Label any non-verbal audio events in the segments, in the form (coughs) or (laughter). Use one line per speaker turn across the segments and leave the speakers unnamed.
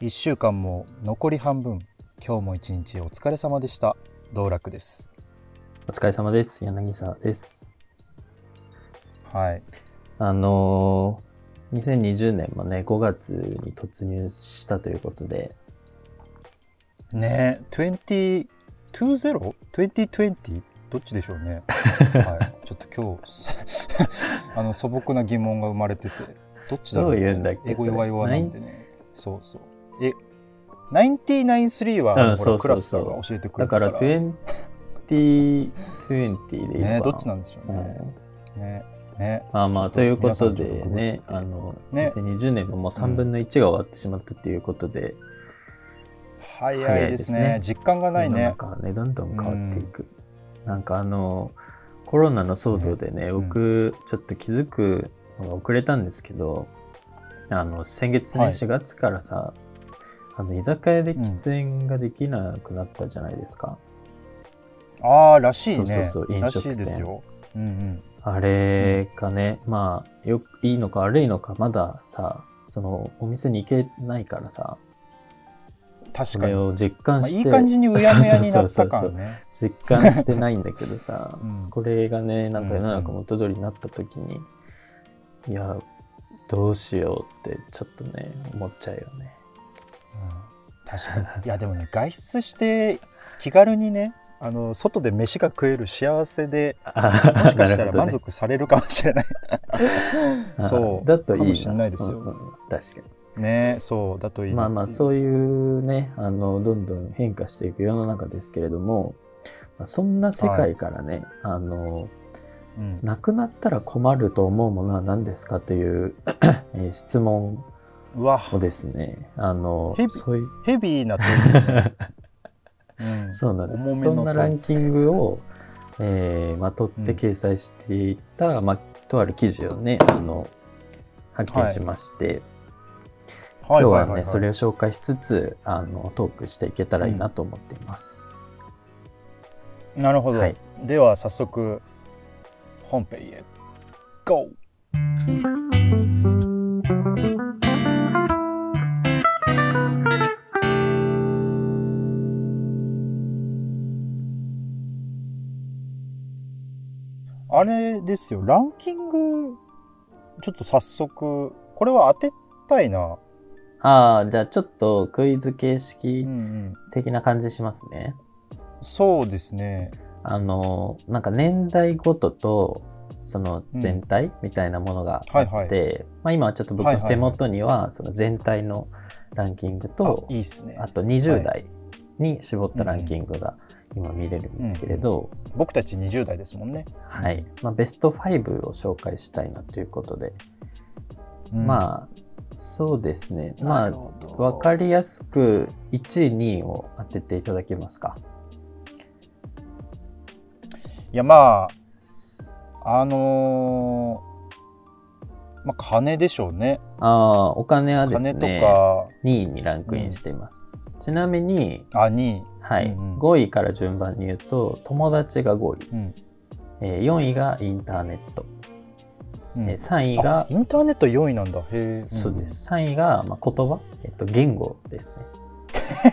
1週間も残り半分今日も一日お疲れ様でした道楽です
お疲れ様です。柳沢です。
はい
あのー、2020年もね、5月に突入したということで、
ねえ 2020?2020? どっちでしょう
(laughs)
ね、はい、ちょっと今日 (laughs) あの素朴な疑問が生まれててどっちだろう
どう言うんだっけ
英語
それ
弱々なんでねそうそうえ993は、
う
ほ
んそ
ら
うそうそう
クラスさんが教えてく
だ
れた
から
ね
2020でいいのかな
えどっちなんでしょう
う
ね、
ん
ねね
まあまあ、
ち
とい
ょ
う
っと皆
こ
さ
と
ん
で
ち
ね、
ょっとご
あ
めん
の、
ね
2020年ももう3分の1が終わってしまったということで、
早いですね
早いですね
実感がない
世の
ね
中はね、どんどん変わっていく。なんかあの、コロナの騒動でね、
うん
僕、ちょっと気づくのが遅れたんですけど、あの、先月ね、
はい
4月からさ、あの、居酒屋で
うん
喫煙ができなくなったじゃないですか。
ああらしいね
そうそうそう飲
ら
食
し
店
いですようんうん
あれがね、まあ、よく、いいのか悪いのか、まださ、その、お店に行けないからさ、
確
そ
かに
れを実感
まあ、
して、
いい感じにうやむやになっ
(laughs) そ
た
うそうそうそう
感ね。、
実感してないんだけどさ
うん
これがねなんか世の中元通りになった時に、いやどうしようってちょっとね思っちゃうよね
うん確かに。いやでもね外出して気軽にねあの外で飯が食える幸せ
(laughs)
でも
も
しかしたら満足されるかもしれない。
(laughs)
そう
だといい
かもしれないですよ
うんうん確か
ねそうだといい
に
ね。
まあまあそういうねあのどんどん変化していく世の中ですけれどもまあそんな世界からね、あの
うん。
なくなったら困ると思うものは何ですかという、えー質問
うわ
をですねあの
ヘビ
そういう
ヘビーな問いです
(laughs)
ね。うん
そうなんです。
重め
そ
の
んなランキングを、えーまとっ
うん
て掲載していた、まあ、とある記事をね、あの、発見しまして、今
い
日
い
はいね、それを紹介しつつ、あの、トークしていけたらいいなと思っています。
なるほど、
はい
では早速本編へ GO! あれですよランキングちょっと早速これは当てたいな、
ああ、じゃあちょっとクイズ形式
うんうん、
的な感じしますね。
そうですね
あの、なんか年代ごとと、その全体みたいなものがあって、
はい
まあ、今はちょっと僕
はいはい
の
はい
手元にはその全体のランキングと、
あいいっすね
あと
は
20
い
代に絞ったランキングが今見れるんですけれど、
僕たち20代ですもんね、
はいまあ、ベスト5を紹介したいなということで、
うん
まあそうですねま
な
あ
るほど
分かりやすく1位2位を当てていただけますか
いやまああのーまあ金でしょうね
ああお金はです
金と
ね
か
2位にランクインしています、ちなみに、
あに
はい
うんうん
5位から順番に言うと友達が5位、
うん
えー4位がインターネット、
うん
えー3位
あ
が
インターネット4位なんだへえ
そうです。3位が、まあ、言葉、えっと、言語です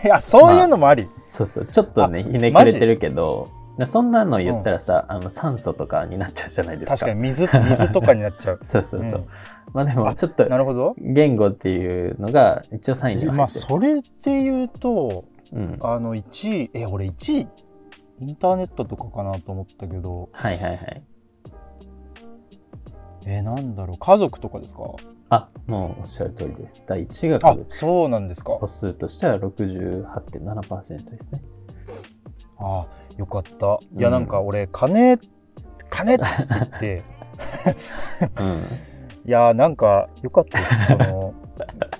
(laughs)
ね。
いやそういうのもあり、
そうそう。ちょっとね、ひねくれてるけど、なそんなの言ったらさ、あの酸素とかになっちゃうじゃないですか。
確かに水水とかになっちゃう
(laughs) そうそうそう。
うん
まあでも、
あ
ちょっと
なるほど
言語っていうのが一応3位には
ま
入
あ
ってる。
それっていうと
うん。
あの1位え俺1位インターネットとかかなと思ったけど
はいはいはい。
えなんだろう家族とかですか
あ、もうおっしゃる通りです。第1位が家
あ
族
そうなんですか
個数としては68.7%ですね。
ああよかったいや
うん
なんか俺金金って言って
(laughs)
いやーなんか良かったですその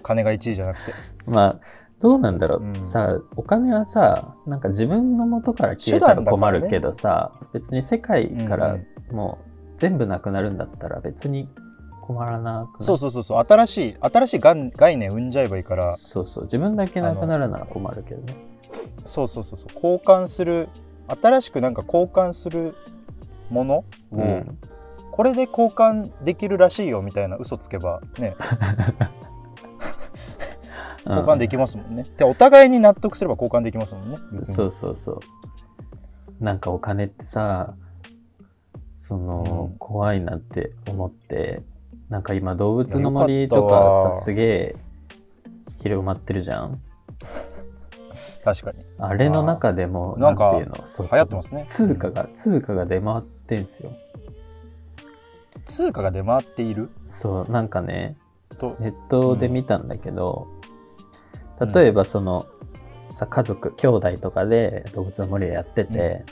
金が1位じゃなく
(laughs)
て
うん。まあ、どうなんだろう、
うん
さあお金はさなんか自分の元から消えたら
手段だか
困
らね
るけどさ、別に世界か
う
ら
ん
もう全部なくなるんだったら別に困らなくな
そうそうそうそう新しい新しいがん概念生んじゃえばいいから
そうそう自分だけなくなるなら困るけどね
そうそうそうそう交換する新しくなんか交換するものを、
うん
これで交換できるらしいよみたいな嘘つけばね交換できますもんね。でお互いに納得すれば交換できますもんね。別に
そうそうそう。なんかお金ってさ、その、
うん
怖いなって思って、なんか今動物の森とか
よかった
さ、すげえ広まってるじゃん。
確かに。
あれの中でも、
あーなんか
ていうの、そう
流行ってますね
通貨が、通貨が出回ってんすよ。
通貨が出回っている
そう、なんかね、
と。
ネットで見たんだけど、例えばその、さ家族兄弟とかで動物の森をやってて、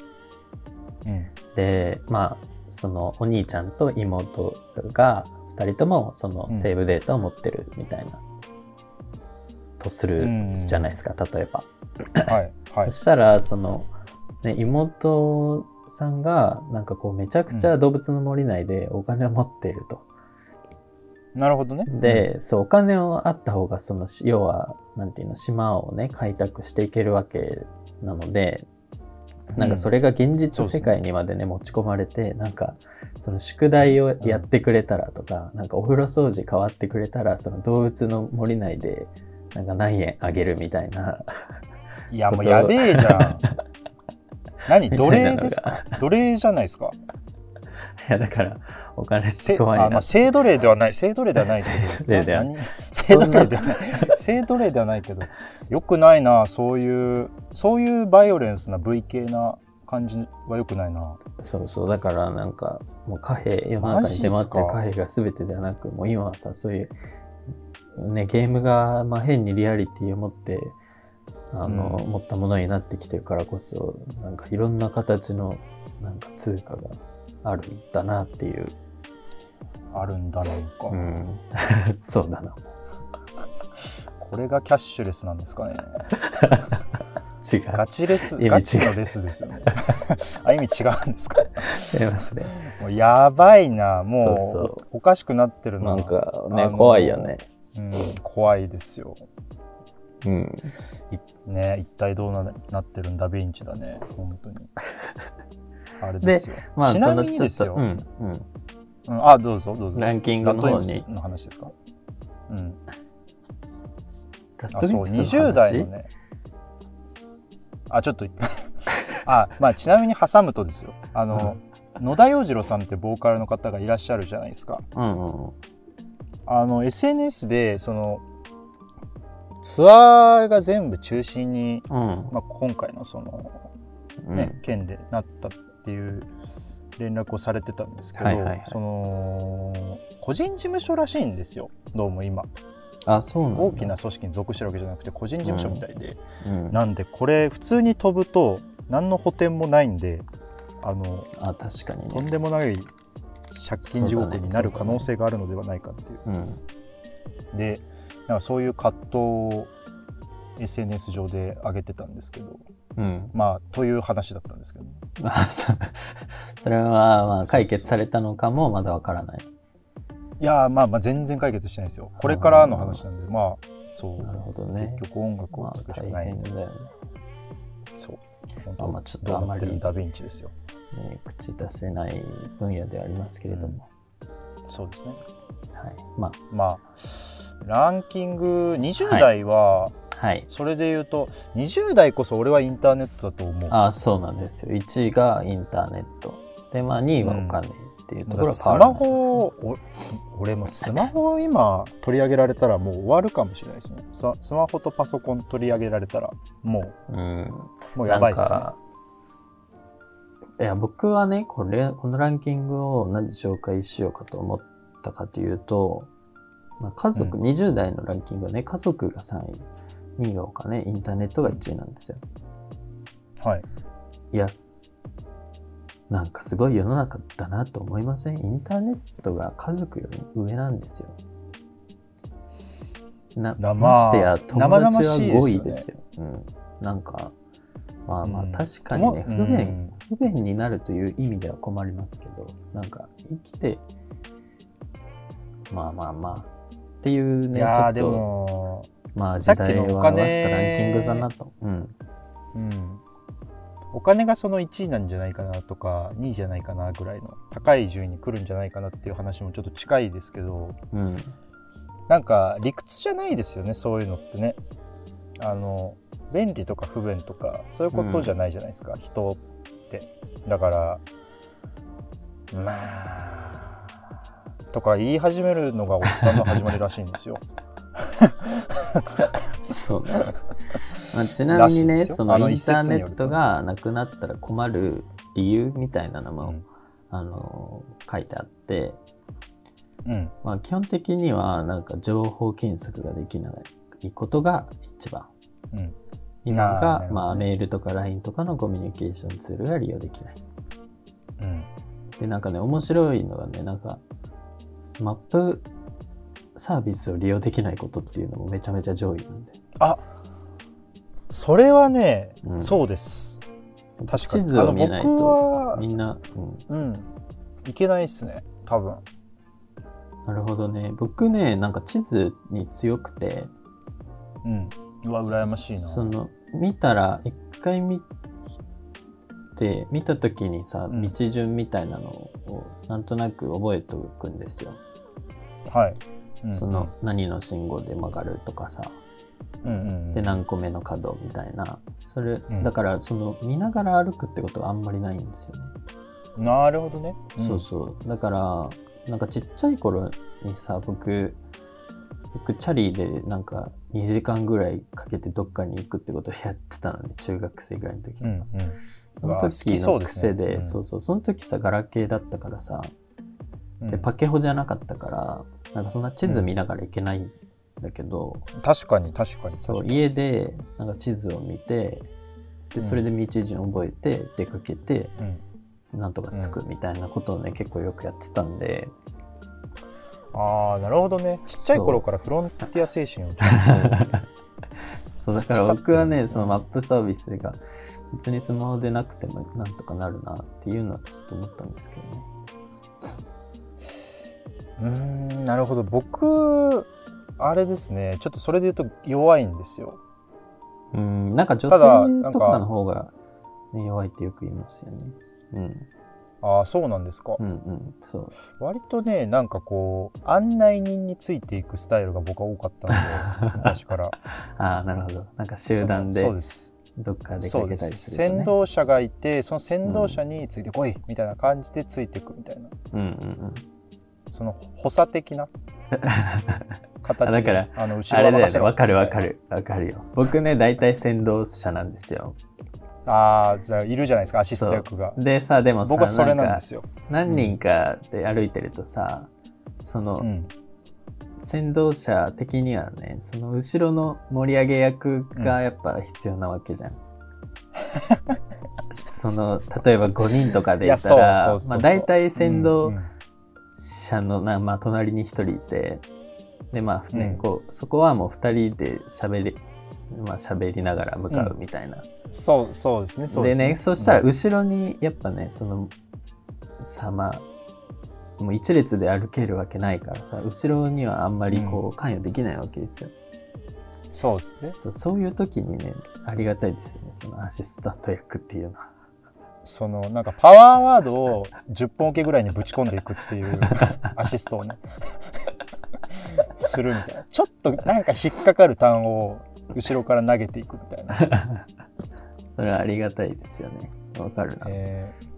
うん
でまあそのお兄ちゃんと妹が2人ともその
うん
セーブデータを持ってるみたいな、とする
うん
じゃないですすか例えば。
か。はい。はい
そ。したらその、ね、妹さんがなんかこうめちゃくちゃ動物の森内でお金を持っていると。
なるほどね。
で、そう、お金をあった方が、その、し要は、なんていうの、島をね、開拓していけるわけなので、なんかそれが現
そう
実
ですね
世界にまでね、持ち込まれて、なんか、その宿題をやってくれたらとか、なんかお風呂掃除変わってくれたら、その動物の森内で、なんか何円あげるみたいな、
いや、も
こ
う
と
やべえじゃ
(laughs)
ん。何奴
みたい
隷
なのが
ですか奴隷じゃないですか。
(laughs) いや、だから、お金って
せ
怖
あ
い
ま
な
あ、。性奴隷ではない、性奴隷ではないけ
性奴
ど、
隷では
な何性奴隷ではない、性奴隷ではないけど、よくないな、そういう、そういうバイオレンスな V 系な感じはよくないな。
そうそう、だからなんか、もう貨幣、世の
マ
中に
ジっ
出回っ
す
て
か
る貨幣が全てではなく、もう今はさ、そういう、ね、ゲームが、まあ、変にリアリティを持って、あの、
うん
持ったものになってきてるからこそ、なんかいろんな形の、なんか通貨があるんだなっていう。
あるんだなんか、
うん。 (laughs) そうだな。
これがキャッシュレスなんです
(laughs)
かね。
違う。
ガチレス、
意味違う
ガチのレスですよ
(laughs)
ね。あ、意味違うんですか。
違いますね。
もうやばいな、もう
そうそう
おかしくなってるな。
なんか
あ
ね、
の
怖いよね。
うん、怖いですよ。
うん。
いね一体どうななってるんだヴィンチだね本
(laughs)
当にあれですよちなみにですよ
そのちょっと、うん、
うんあどうぞどう
う
ぞ
ん。ランキン
ラ
グ
ッ
の
トイ
方
ムス
に。
の話ですかうん
ラッ
あ
ドウ
そ
ィ
う
ンプスの話
20代のねあちょっと (laughs) あまあちなみに挟むとですよあの、野田洋次郎さんってボーカルの方がいらっしゃるじゃないですか
うんうんうん。
あの SNS でそのツアーが全部中止に、
うん
まあ、今回のその
うん
ね、県でなったっていう連絡をされてたんですけど、
はいはいはい
その個人事務所らしいんですよどうも今
あそうなんだ
大きな組織に属してるわけじゃなくて個人事務所みたいで、
うん
なんでこれ普通に飛ぶと何の補填もないんであの
あ確かに
とん
ね、
でもない借金地獄になる可能性があるのではないかっていう
うん、
でなんかそういう葛藤を SNS 上で上げてたんですけど
うん、 (laughs)
まあという話だったんですけど
あそそれはま
そうそうそ
あ
う
解決されたのかもまだわからない
いやーまあまあ全然解決してないですよ。これからの話なんで、まあそ
なる
う、
ほどね
結局音楽
ま
を
あ
作るしか
大
ない
変
ん
だ
で、
よね
そう。
まあまあちょっとあんまり
どうなってるダヴィンチですよ。
ね口出せない分野ではありますけれども、
そうですね。
はいま
まあランキング20代は、
あはい
それで言うと20代こそ俺はインターネットだと思う。
あそうなんですよ1位がインターネットでまあ2位はお金っていう
だか
ところ
ら
は
ス
変わらな
マ
いですね
ホを、お俺もスマホを今取り上げられたらもう終わるかもしれないですね。スマスマホとパソコン取り上げられたらも
うん
うもうやばいですね
なん。かいや僕はねこれこのランキングをなぜ紹介しようかと思ったかというと、まあ、家族、
う
20代のランキングはね家族が3位2位がお金インターネットが1位なんですよ
はい。
いやなんかすごい世の中だなと思いませんインターネットが家族より上なんですよな
まあ
ましてや友達は
生々しいですよね
5位ですよ、うん、なんかまあまあ
うん
確かにね、
うん
不便、不便になるという意味では困りますけどなんか生きてまあまあまあっていう
い
ね
やー
ち
で
ょっと
も
まあ
さっ
時
きの
代を
お金
表したランキングだなと、うん、
うん、お金がその1位なんじゃないかなとか2位じゃないかなぐらいの高い順位に来るんじゃないかなっていう話もちょっと近いですけど
うん、
なんか理屈じゃないですよねそういうのってねあの便利とか不便とかそういうことじゃないじゃないですか、人ってだからまあとか言い始めるのがおっさんの始まりらしいん
(laughs)
ですよ
そうね、
(laughs)
まあ、ちなみに
らしいで
ね
すよ
その
あの
インター
一説に
ネ
よ
ッ
ると
ト
ね
がなくなったら困る理由みたいなのも、
うん
あの書いてあって、
うん
まあ、基本的にはなんか情報検索ができないことが一番
うんあ
今
ーなるほ
が
どね
まあ、メールとか LINE とかのコミュニケーションツールが利用できない
うん
でなんかね面白いのがねなんかマップサービスを利用できないことっていうのもめちゃめちゃ上位なんで
それはね、
うん
そうです確かに
地図を見ない
あの僕
と
は
みんな、うん、
うんいけないっすね多分
なるほどね僕ねなんか地図に強くて
うんうわ羨ましいな
その見たら一回見て見た時にさ
うん
道順みたいなのをなんとなく覚えておくんですよ、
はい、うん
その何の信号で曲がるとかさ
うんうんうん
で何個目の角みたいなそれ、
ん
だからその見ながら歩くってことはあんまりないんですよね、
なるほどね、ん
そうそうだからなんかちっちゃい頃にさ僕僕チャリでなんか2時間ぐらいかけてどっかに行くってことをやってたのね中学生ぐらいの時と
う
か、
んうん
その
うわ好
時
きそ
の
うですね
癖で
うん
そうそうその時さガラケーだったからさ
うん
でパケホじゃなかったからなんかそんな地図見ながら行けないんだけど、
確かに確かに
そう
確かに
家でなんか地図を見てでそれで道順覚えて出かけて
うん
なんとか着くみたいなことをね、結構よくやってたんで
ああなるほどねちっちゃい頃からフロンティア精神をちょっと
そうだから
培ってるんですね
僕はねそのマップサービスが別にスマホでなくてもなんとかなるなっていうのはちょっと思ったんですけどね。
(laughs) うーんなるほど僕あれですねちょっとそれで言うと弱いんですよ
うん、なんか女
ただな
性
ん
と
か
かの方が、ね、弱いってよく言いますよね。うん、
ああそうなんですか、
うん、うん、そう。
割とねなんかこう案内人についていくスタイルが僕は多かったの
(laughs)
で昔から
ああ、なるほど。なんか集団で
そのそうです
どっか出
そ
か
う
け
で
たり
す
すると、
先
ね。
導者がいてその先導者についてこいみたいな感じでついていくみたいな、
うん、うん、うん。
その補佐的な形で
だから
あの後
あ
ろ
れ
は任
だよね、
せろ
わかるわかる。わかるよ。僕ね、大体先導者なんですよ。
ああいるじゃないですかアシスト役が
でさ、でもさ、
僕はそれな
な
ん
ん
で
か
すよ、
何人かで歩いてるとさ、その、
うん、
先導者的にはね、その後ろの盛り上げ役がやっぱ必要なわけじ
(laughs)
ゃん。その例えば5人とかでいた
いやそうそ
ら
うそうそう
まあ大体先
うん
導
うん
者のな、まあ、隣に1人いてでまあ、ね
うん
こうそこはもう2人で喋りまあ喋りながら向かうみたいな。
そうそうですねそう
で
です
ねそしたら
うん
後ろにやっぱねそのさまあもう一列で歩けるわけないからさ後ろにはあんまりこう関与できないわけですよ。
そうですね
そうそういう時にねありがたいですよねそのアシスタント役っていうのは。
そのなんかパワーワードを10本受けぐらいにぶち込んでいくっていう
(laughs)
アシストをねするみたいなちょっとなんか引っかかる単語を後ろから投げていくみたいな
(laughs) それはありがたいですよね。わかるな。
えー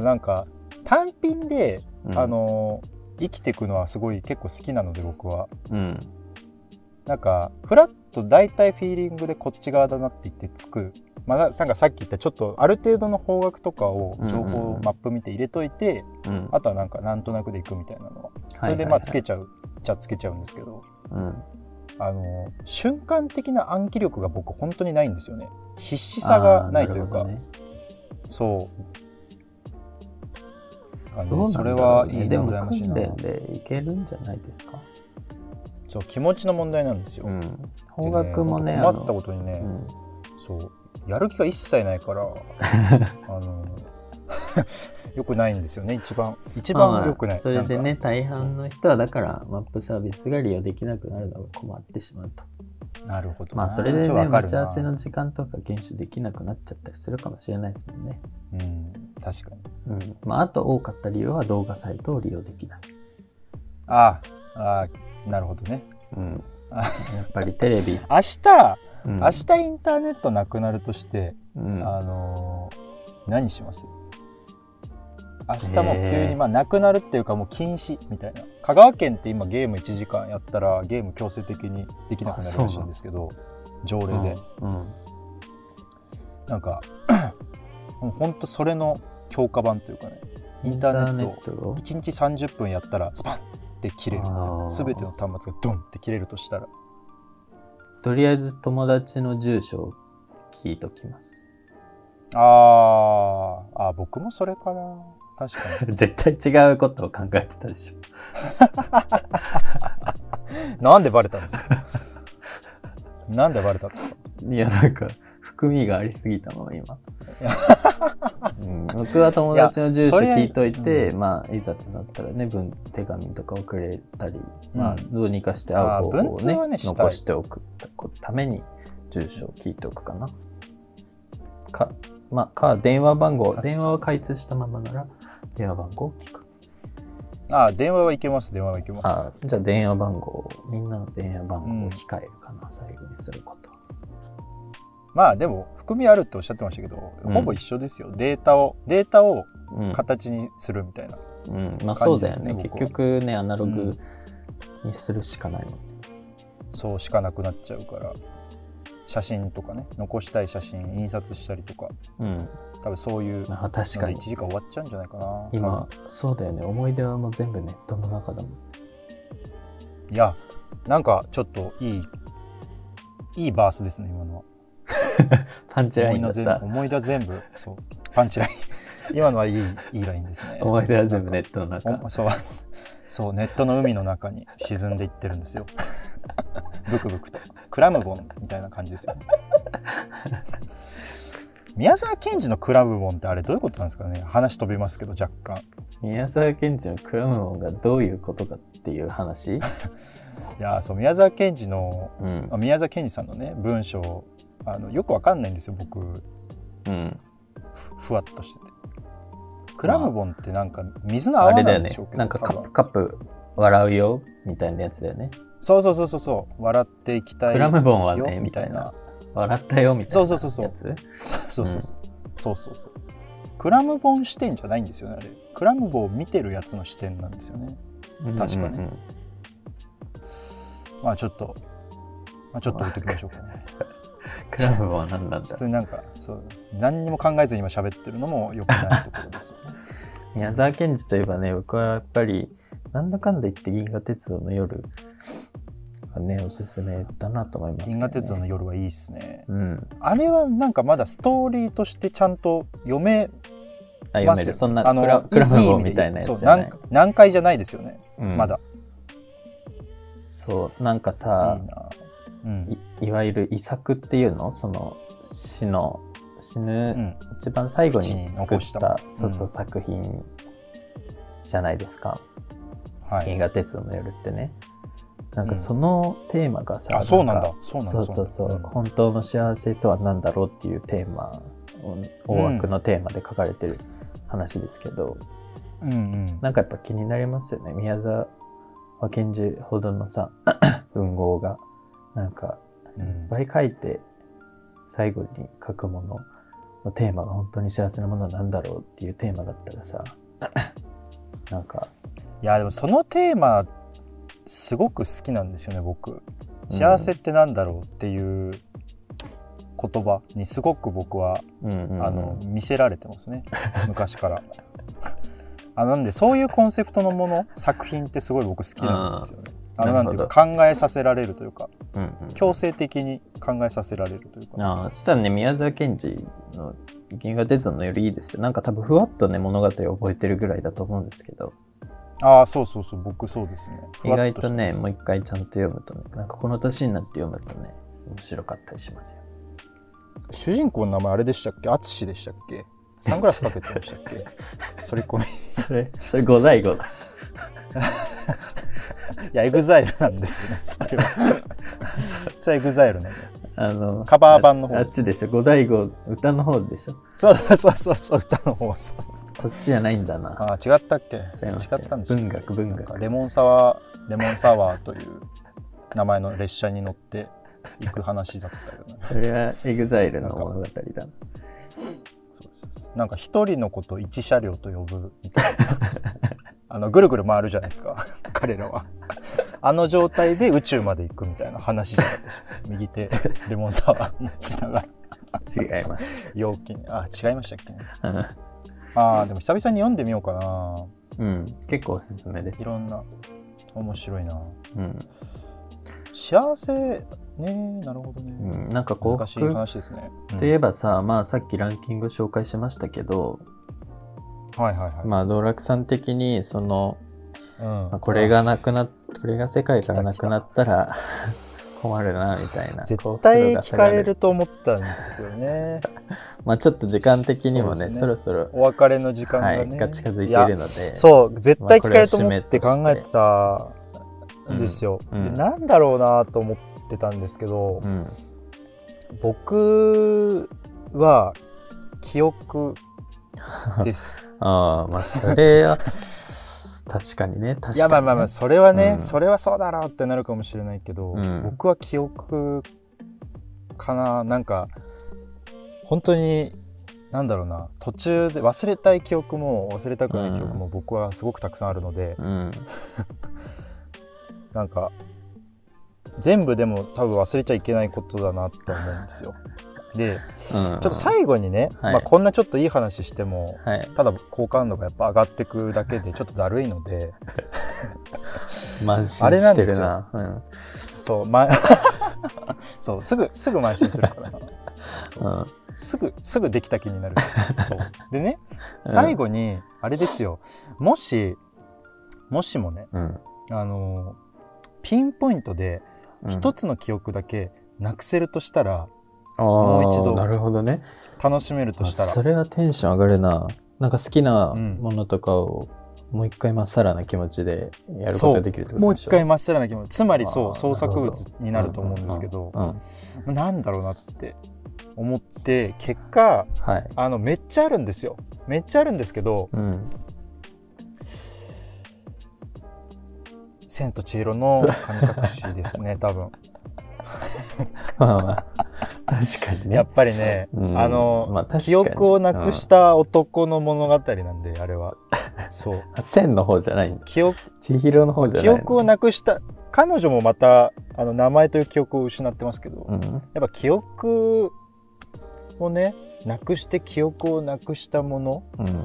なんか単品で、
うん
あ、の生きていくのはすごい結構好きなので僕は
うん、
なんかフラッと大体フィーリングでこっち側だなって言ってつく、まあ、ななんかさっき言ったちょっとある程度の方角とかを情
うんうんう
報
ん
マップ見て入れといて、
うん。
あとはなんかなんとなくでいくみたいなのはそれで
はいはいはい
まあつけちゃう、じゃあつけちゃうんですけど
うん、
あの瞬間的な暗記力が僕本当にないんですよね必死さがないという
あ
か
ーなるほどね
そう。あ
どう
の
な
そ
ん
れ
だろう
はい
ね
いな
でも
羨ましい
訓
な
練でいけるんじゃないですか。
そう気持ちの問題なんですよ。
う
でね
ん。方角もね、
困ったことに
あ
ね、
のうん
そうやる気が一切ないから
(laughs)
あの (laughs) よくないんですよね一番一
まあ
番良くない。
それで
なん
ね、大半の人はだからマップサービスが利用できなくなるのが困ってしまうと。
か。なるほどな。
まあそれで
ちょ
ね、
っとわか
待
る
ち合
な
わせの時間とか厳守できなくなっちゃったりするかもしれないですもんね。
うん確かに。
うん。まああと多かった理由は動画サイトを利用できない。
ああなるほどね
うん、
あ
(laughs) やっぱりテレビ、
明日
うん
明日インターネットなくなるとして、
うん
あのー何します明日もう急
え
に、
ー
まあ、なくなるっていうかもう禁止みたいな香川県って今ゲーム1時間やったらゲーム強制的にできなくなるらしいんですけど条例で、
うん
なんか (coughs) もうほんとそれの強化版というかね
うん、
インターネット
インターネットを
1日30分やったらスパンって切れるみたい
あ
な
ー
全ての端末がドンって切れるとしたら
とりあえず友達の住所を聞いときます。
(laughs) あーあー僕もそれかな確かに
絶対違うことを考えてたでしょ。
なんでバレたんですかなんでバレたんですか
いや、なんか、含みがありすぎたもん、今。うん、僕は友達の住所
いやとりあえず
聞いといて、
う
まあ、いざとなったらね、文手紙とか送れたり、
うん
まあ、どうにかして会う方
あ
法を
文通
ね、
はねしたい
残しておくために、住所を聞いておくかな。か、まあ、か、電話番号
確、かに
電話は開通したままなら、電話番号を聞く。
あー電話はいけます電話はいけます
あじゃあ電話番号をみんなの電話番号を控えるかな、最後にすること
まあでも含みあるっておっしゃってましたけど、
うん
ほぼ一緒ですよデータをデータを
うん、
形にするみたいな、
うん、まあそ
感
う
じ
だ
で
よ
す
ね
ね
結
僕は
局ねアナロ
う
グ
ん
にするしかないもんね、
そうしかなくなっちゃうから写真とかね残したい写真印刷したりとか
うん
多分そういう
あ確か
1
に
時間終わっちゃうんじゃないかな
今そうだよね思い出はもう全部ネットの中だもん
いやなんかちょっといいいいバースですね今のは
パンチラ
思
イ
い
ンだ
出全
った
部思い出全部そうパンチライン今のはいいいいラインですね
思い出は全部ネットの中
おそう (laughs) そうネットの海の中に沈んでいってるん
(laughs)
ですよブクブクとクラムボンみたいな感じですよね宮沢賢治のクラムボンってあれどういうことなんですかね話飛びますけど若干
宮沢賢治のクラムボンがどういうことかってい
(laughs)
う話、
いやーそう宮沢賢治の
うん
あ宮沢賢治さんのね文章あのよくわかんないんですよ僕ふ
うん、
ふわっとしててクラムボンってなんか水の
あ
泡
れだ
な
よ
んで
ね
しょうけど
なんかカ
多
ッ
分
プカップ笑うよみたいなやつだよね
そうそうそうそうそう笑っていきたい
クラムボンは
よ
ねみたいな笑ったよみたいな
そ
や
う
つ
そうそうそうそううんそうそう、そうそうそうクラムボン視点じゃないんですよねあれクラムボンを見てるやつの視点なんですよね確かに
うんうんうん
まあちょっと、まあ、ちょっと置いときましょ
(laughs)
うかね
クラムボンは何なん
普
だ
通になんかそう何にも考えずに今喋ってるのもよくないところですよね
宮沢賢治といえばね僕はやっぱりなんだかんだ言って銀河鉄道の夜がねおすすめだなと思いますけどね、
銀河鉄道の夜はいいっすね
うん
あれはなんかまだストーリーとしてちゃんと読めま
あ読め
す
る
よ
そんな
あの
クラクラムボン
意味で
みたいなや
そう
つじゃない
何何回じゃないですよね、
うん
まだ
そうなんか
いい
さ
なうん
いいわゆる遺作っていうのその死の死
う
ぬ、
ん
一番最後
口に
に作
残
っ
した
た
もん
そうそう
うん
作品じゃないですか、
は
銀
い
河鉄道の夜ってねなん
うん
かそのテーマがさ、
あそうなんだ
か
そうなんだ
そうそう
そ
そう
うなんだうん
本当の幸せとは何だろうっていうテーマを大枠のテーマで書かれてる話ですけど、
うんうん
なんかやっぱ気になりますよね宮沢賢治ほど
(coughs)
のさ文豪がなんか
う
いっ
ん
ぱい書いて最後に書くもののテーマが本当に幸せなものは何だろうっていうテーマだった
(coughs)
らさなんか
いやでもそのテーマすごく好きなんですよね僕幸せってなんだろうっていう言葉にすごく僕は、
うんうんうん
あの見せられてますね昔から (laughs) あなんでそういうコンセプトのもの作品ってすごい僕好きなんですよね
あー
あの
な
なん
るほ
て
ど
いうか考えさせられるというか
うんうん
強制的に考えさせられるというか
ああ、そしたらね、宮沢賢治の銀河鉄道のよりいいですよ。なんか多分ふわっとね、物語を覚えてるぐらいだと思うんですけど、
ああそうそうそう僕そうですね
意外とね、
ふ
も
わ
う
っしてます
一回ちゃんと読むとね、なんかこの年になって読むとね、面白かったりしますよ。 (laughs)
主人公の名前あれでしたっけ淳でしたっけサングラスかけてましたっけ
(laughs)
それこみ
それ、それ五代五だ。
いや、エグザイルなんですよね、 (laughs) それは。それエグザイルね。
あの、
カバー版の方
ああっちでしょ、五代五、歌の方でしょ。
そうそうそうそう、歌の方はそうそう
そっちじゃないんだな。
あー違ったっけ
違い
違
ます
ったんでしょ
違います文学文学
なんかレモンサワーレモンサワーという名前の列車に乗って行く話だったような。
それはエグザイルの物語だ。
そうですそうですなんか一人のこと一車両と呼ぶみたい (laughs) なあのぐるぐる回るじゃないですか彼らはあの状態で宇宙まで行くみたいな話じゃないでしょうか右手レモンサワー持ちながら
違い
(laughs)
ます。
陽気にあ違いましたっけね
うん
あーでも久々に読んでみようかな
うん、結構おすすめで
い
す。
ろんな面白いな
うん、
幸せねなるほどね、
うん、なんか幸
難しい
福
話ですね、
といえばさ、まあさっきランキング紹介しましたけど、
うんはいはいはい、
まあ道楽さん的にその、
うん
まあこれがなくなっ、これが世界からなくなったら困るなみたいな。
絶対聞
幸福度が下
か
が
れる。と思ったんですよね
まあちょっと時間的にも
そう
ね、
ですね
そろそろ、
お別れの時間
は
がね、
い、が近づいてい
や
るので。
そう絶対聞かれると思って考えてたんですよ、
うんうん
でなんだろうなと思ってたんですけど、
うん。
僕は記憶です。
ああ、まあそれは、 (laughs) 確かにね、確かに、ね。
いやまあまあまあそれはね、
うん
それはそうだろうってなるかもしれないけど、
うん
僕は記憶かななんか本当になんだろうな途中で忘れたい記憶も忘れたくない記憶も僕はすごくたくさんあるので、
うん。
なんか全部でも多分忘れちゃいけないことだなって思うんですよ。で
ちょ
ちょっと最後にね、
はい
まあ、こんなちょっといい話しても
はい、
ただ好感度がやっぱ上がってくだけでちょっとだるいので
慢心
あれな
し
ん
て
で
る
すよ
な。うん
そう,、ま、 (laughs) そうすぐすぐ慢心するからそう
うん
すぐすぐできた気になるそうでね最後にあれですよもしもしもね
うん
あのピンポイントで
うん
一つの記憶だけなくせるとしたら、
あー
もう一度
なるほどね
楽しめるとしたら
それはテンション上がるななんか好きな
うん
ものとかをもう一回まっさらな気持ちでやることができるってこ
も
と
う
でし
一
ょ
回まっさらな気持ちつまりそ
あ
う
ー
創作
なる
物
ほ
になると思うんですけど
う、ん、
なんだろうなって思って結果
はい、
あのめっちゃあるんですよめっちゃあるんですけど (laughs)
うん、
「千と千尋の神隠し」です
(laughs)
ね多分
まあまあ確かにね
やっぱりね、
うん
あの、
まあ確かに
記憶をなくした男の物語なんであれ
(laughs)
はそう
あ千の方じゃないんだ
記憶
千尋の方じゃない
記
の
憶をなくした彼女もまたあの名前という記憶を失ってますけど、
うん
やっぱ記憶をねなくして記憶をなくしたもの
うん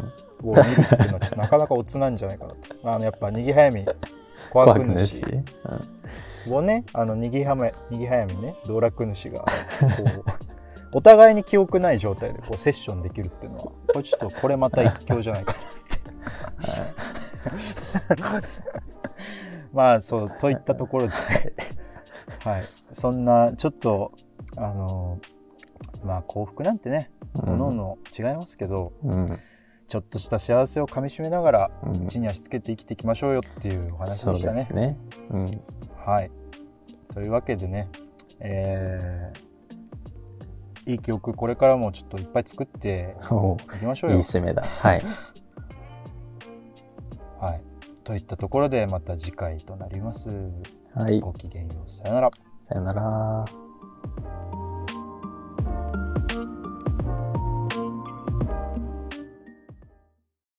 を見るっていうのはちょっとなかなかおつなんじゃないかなとあのやっぱ逃げ早
(laughs)
み小
怖
悪
くないし
主をねあの逃げはめ逃げ早みね道楽主がこう (laughs) お互いに記憶ない状態でこうセッションできるっていうのはこれちょっとこれまた一興じゃないか (laughs) なまあそうといったところで、はい、そんなちょっとあのまあ幸福なんてね
う
各
ん
々違いますけど、
うん
ちょっとした幸せをかみしめながら
うん
地に足つけて生きていきましょうよっていうお話
そ
で
う
し
で
たね。
すね、うん、
はい、というわけでね、えーいい記憶これからもちょっといっぱい作って
お
い
う
きましょう
いい
よ。
締めだはい
はい、といったところでまた次回となります。
はい
ごきげんようさよなら。
さよなら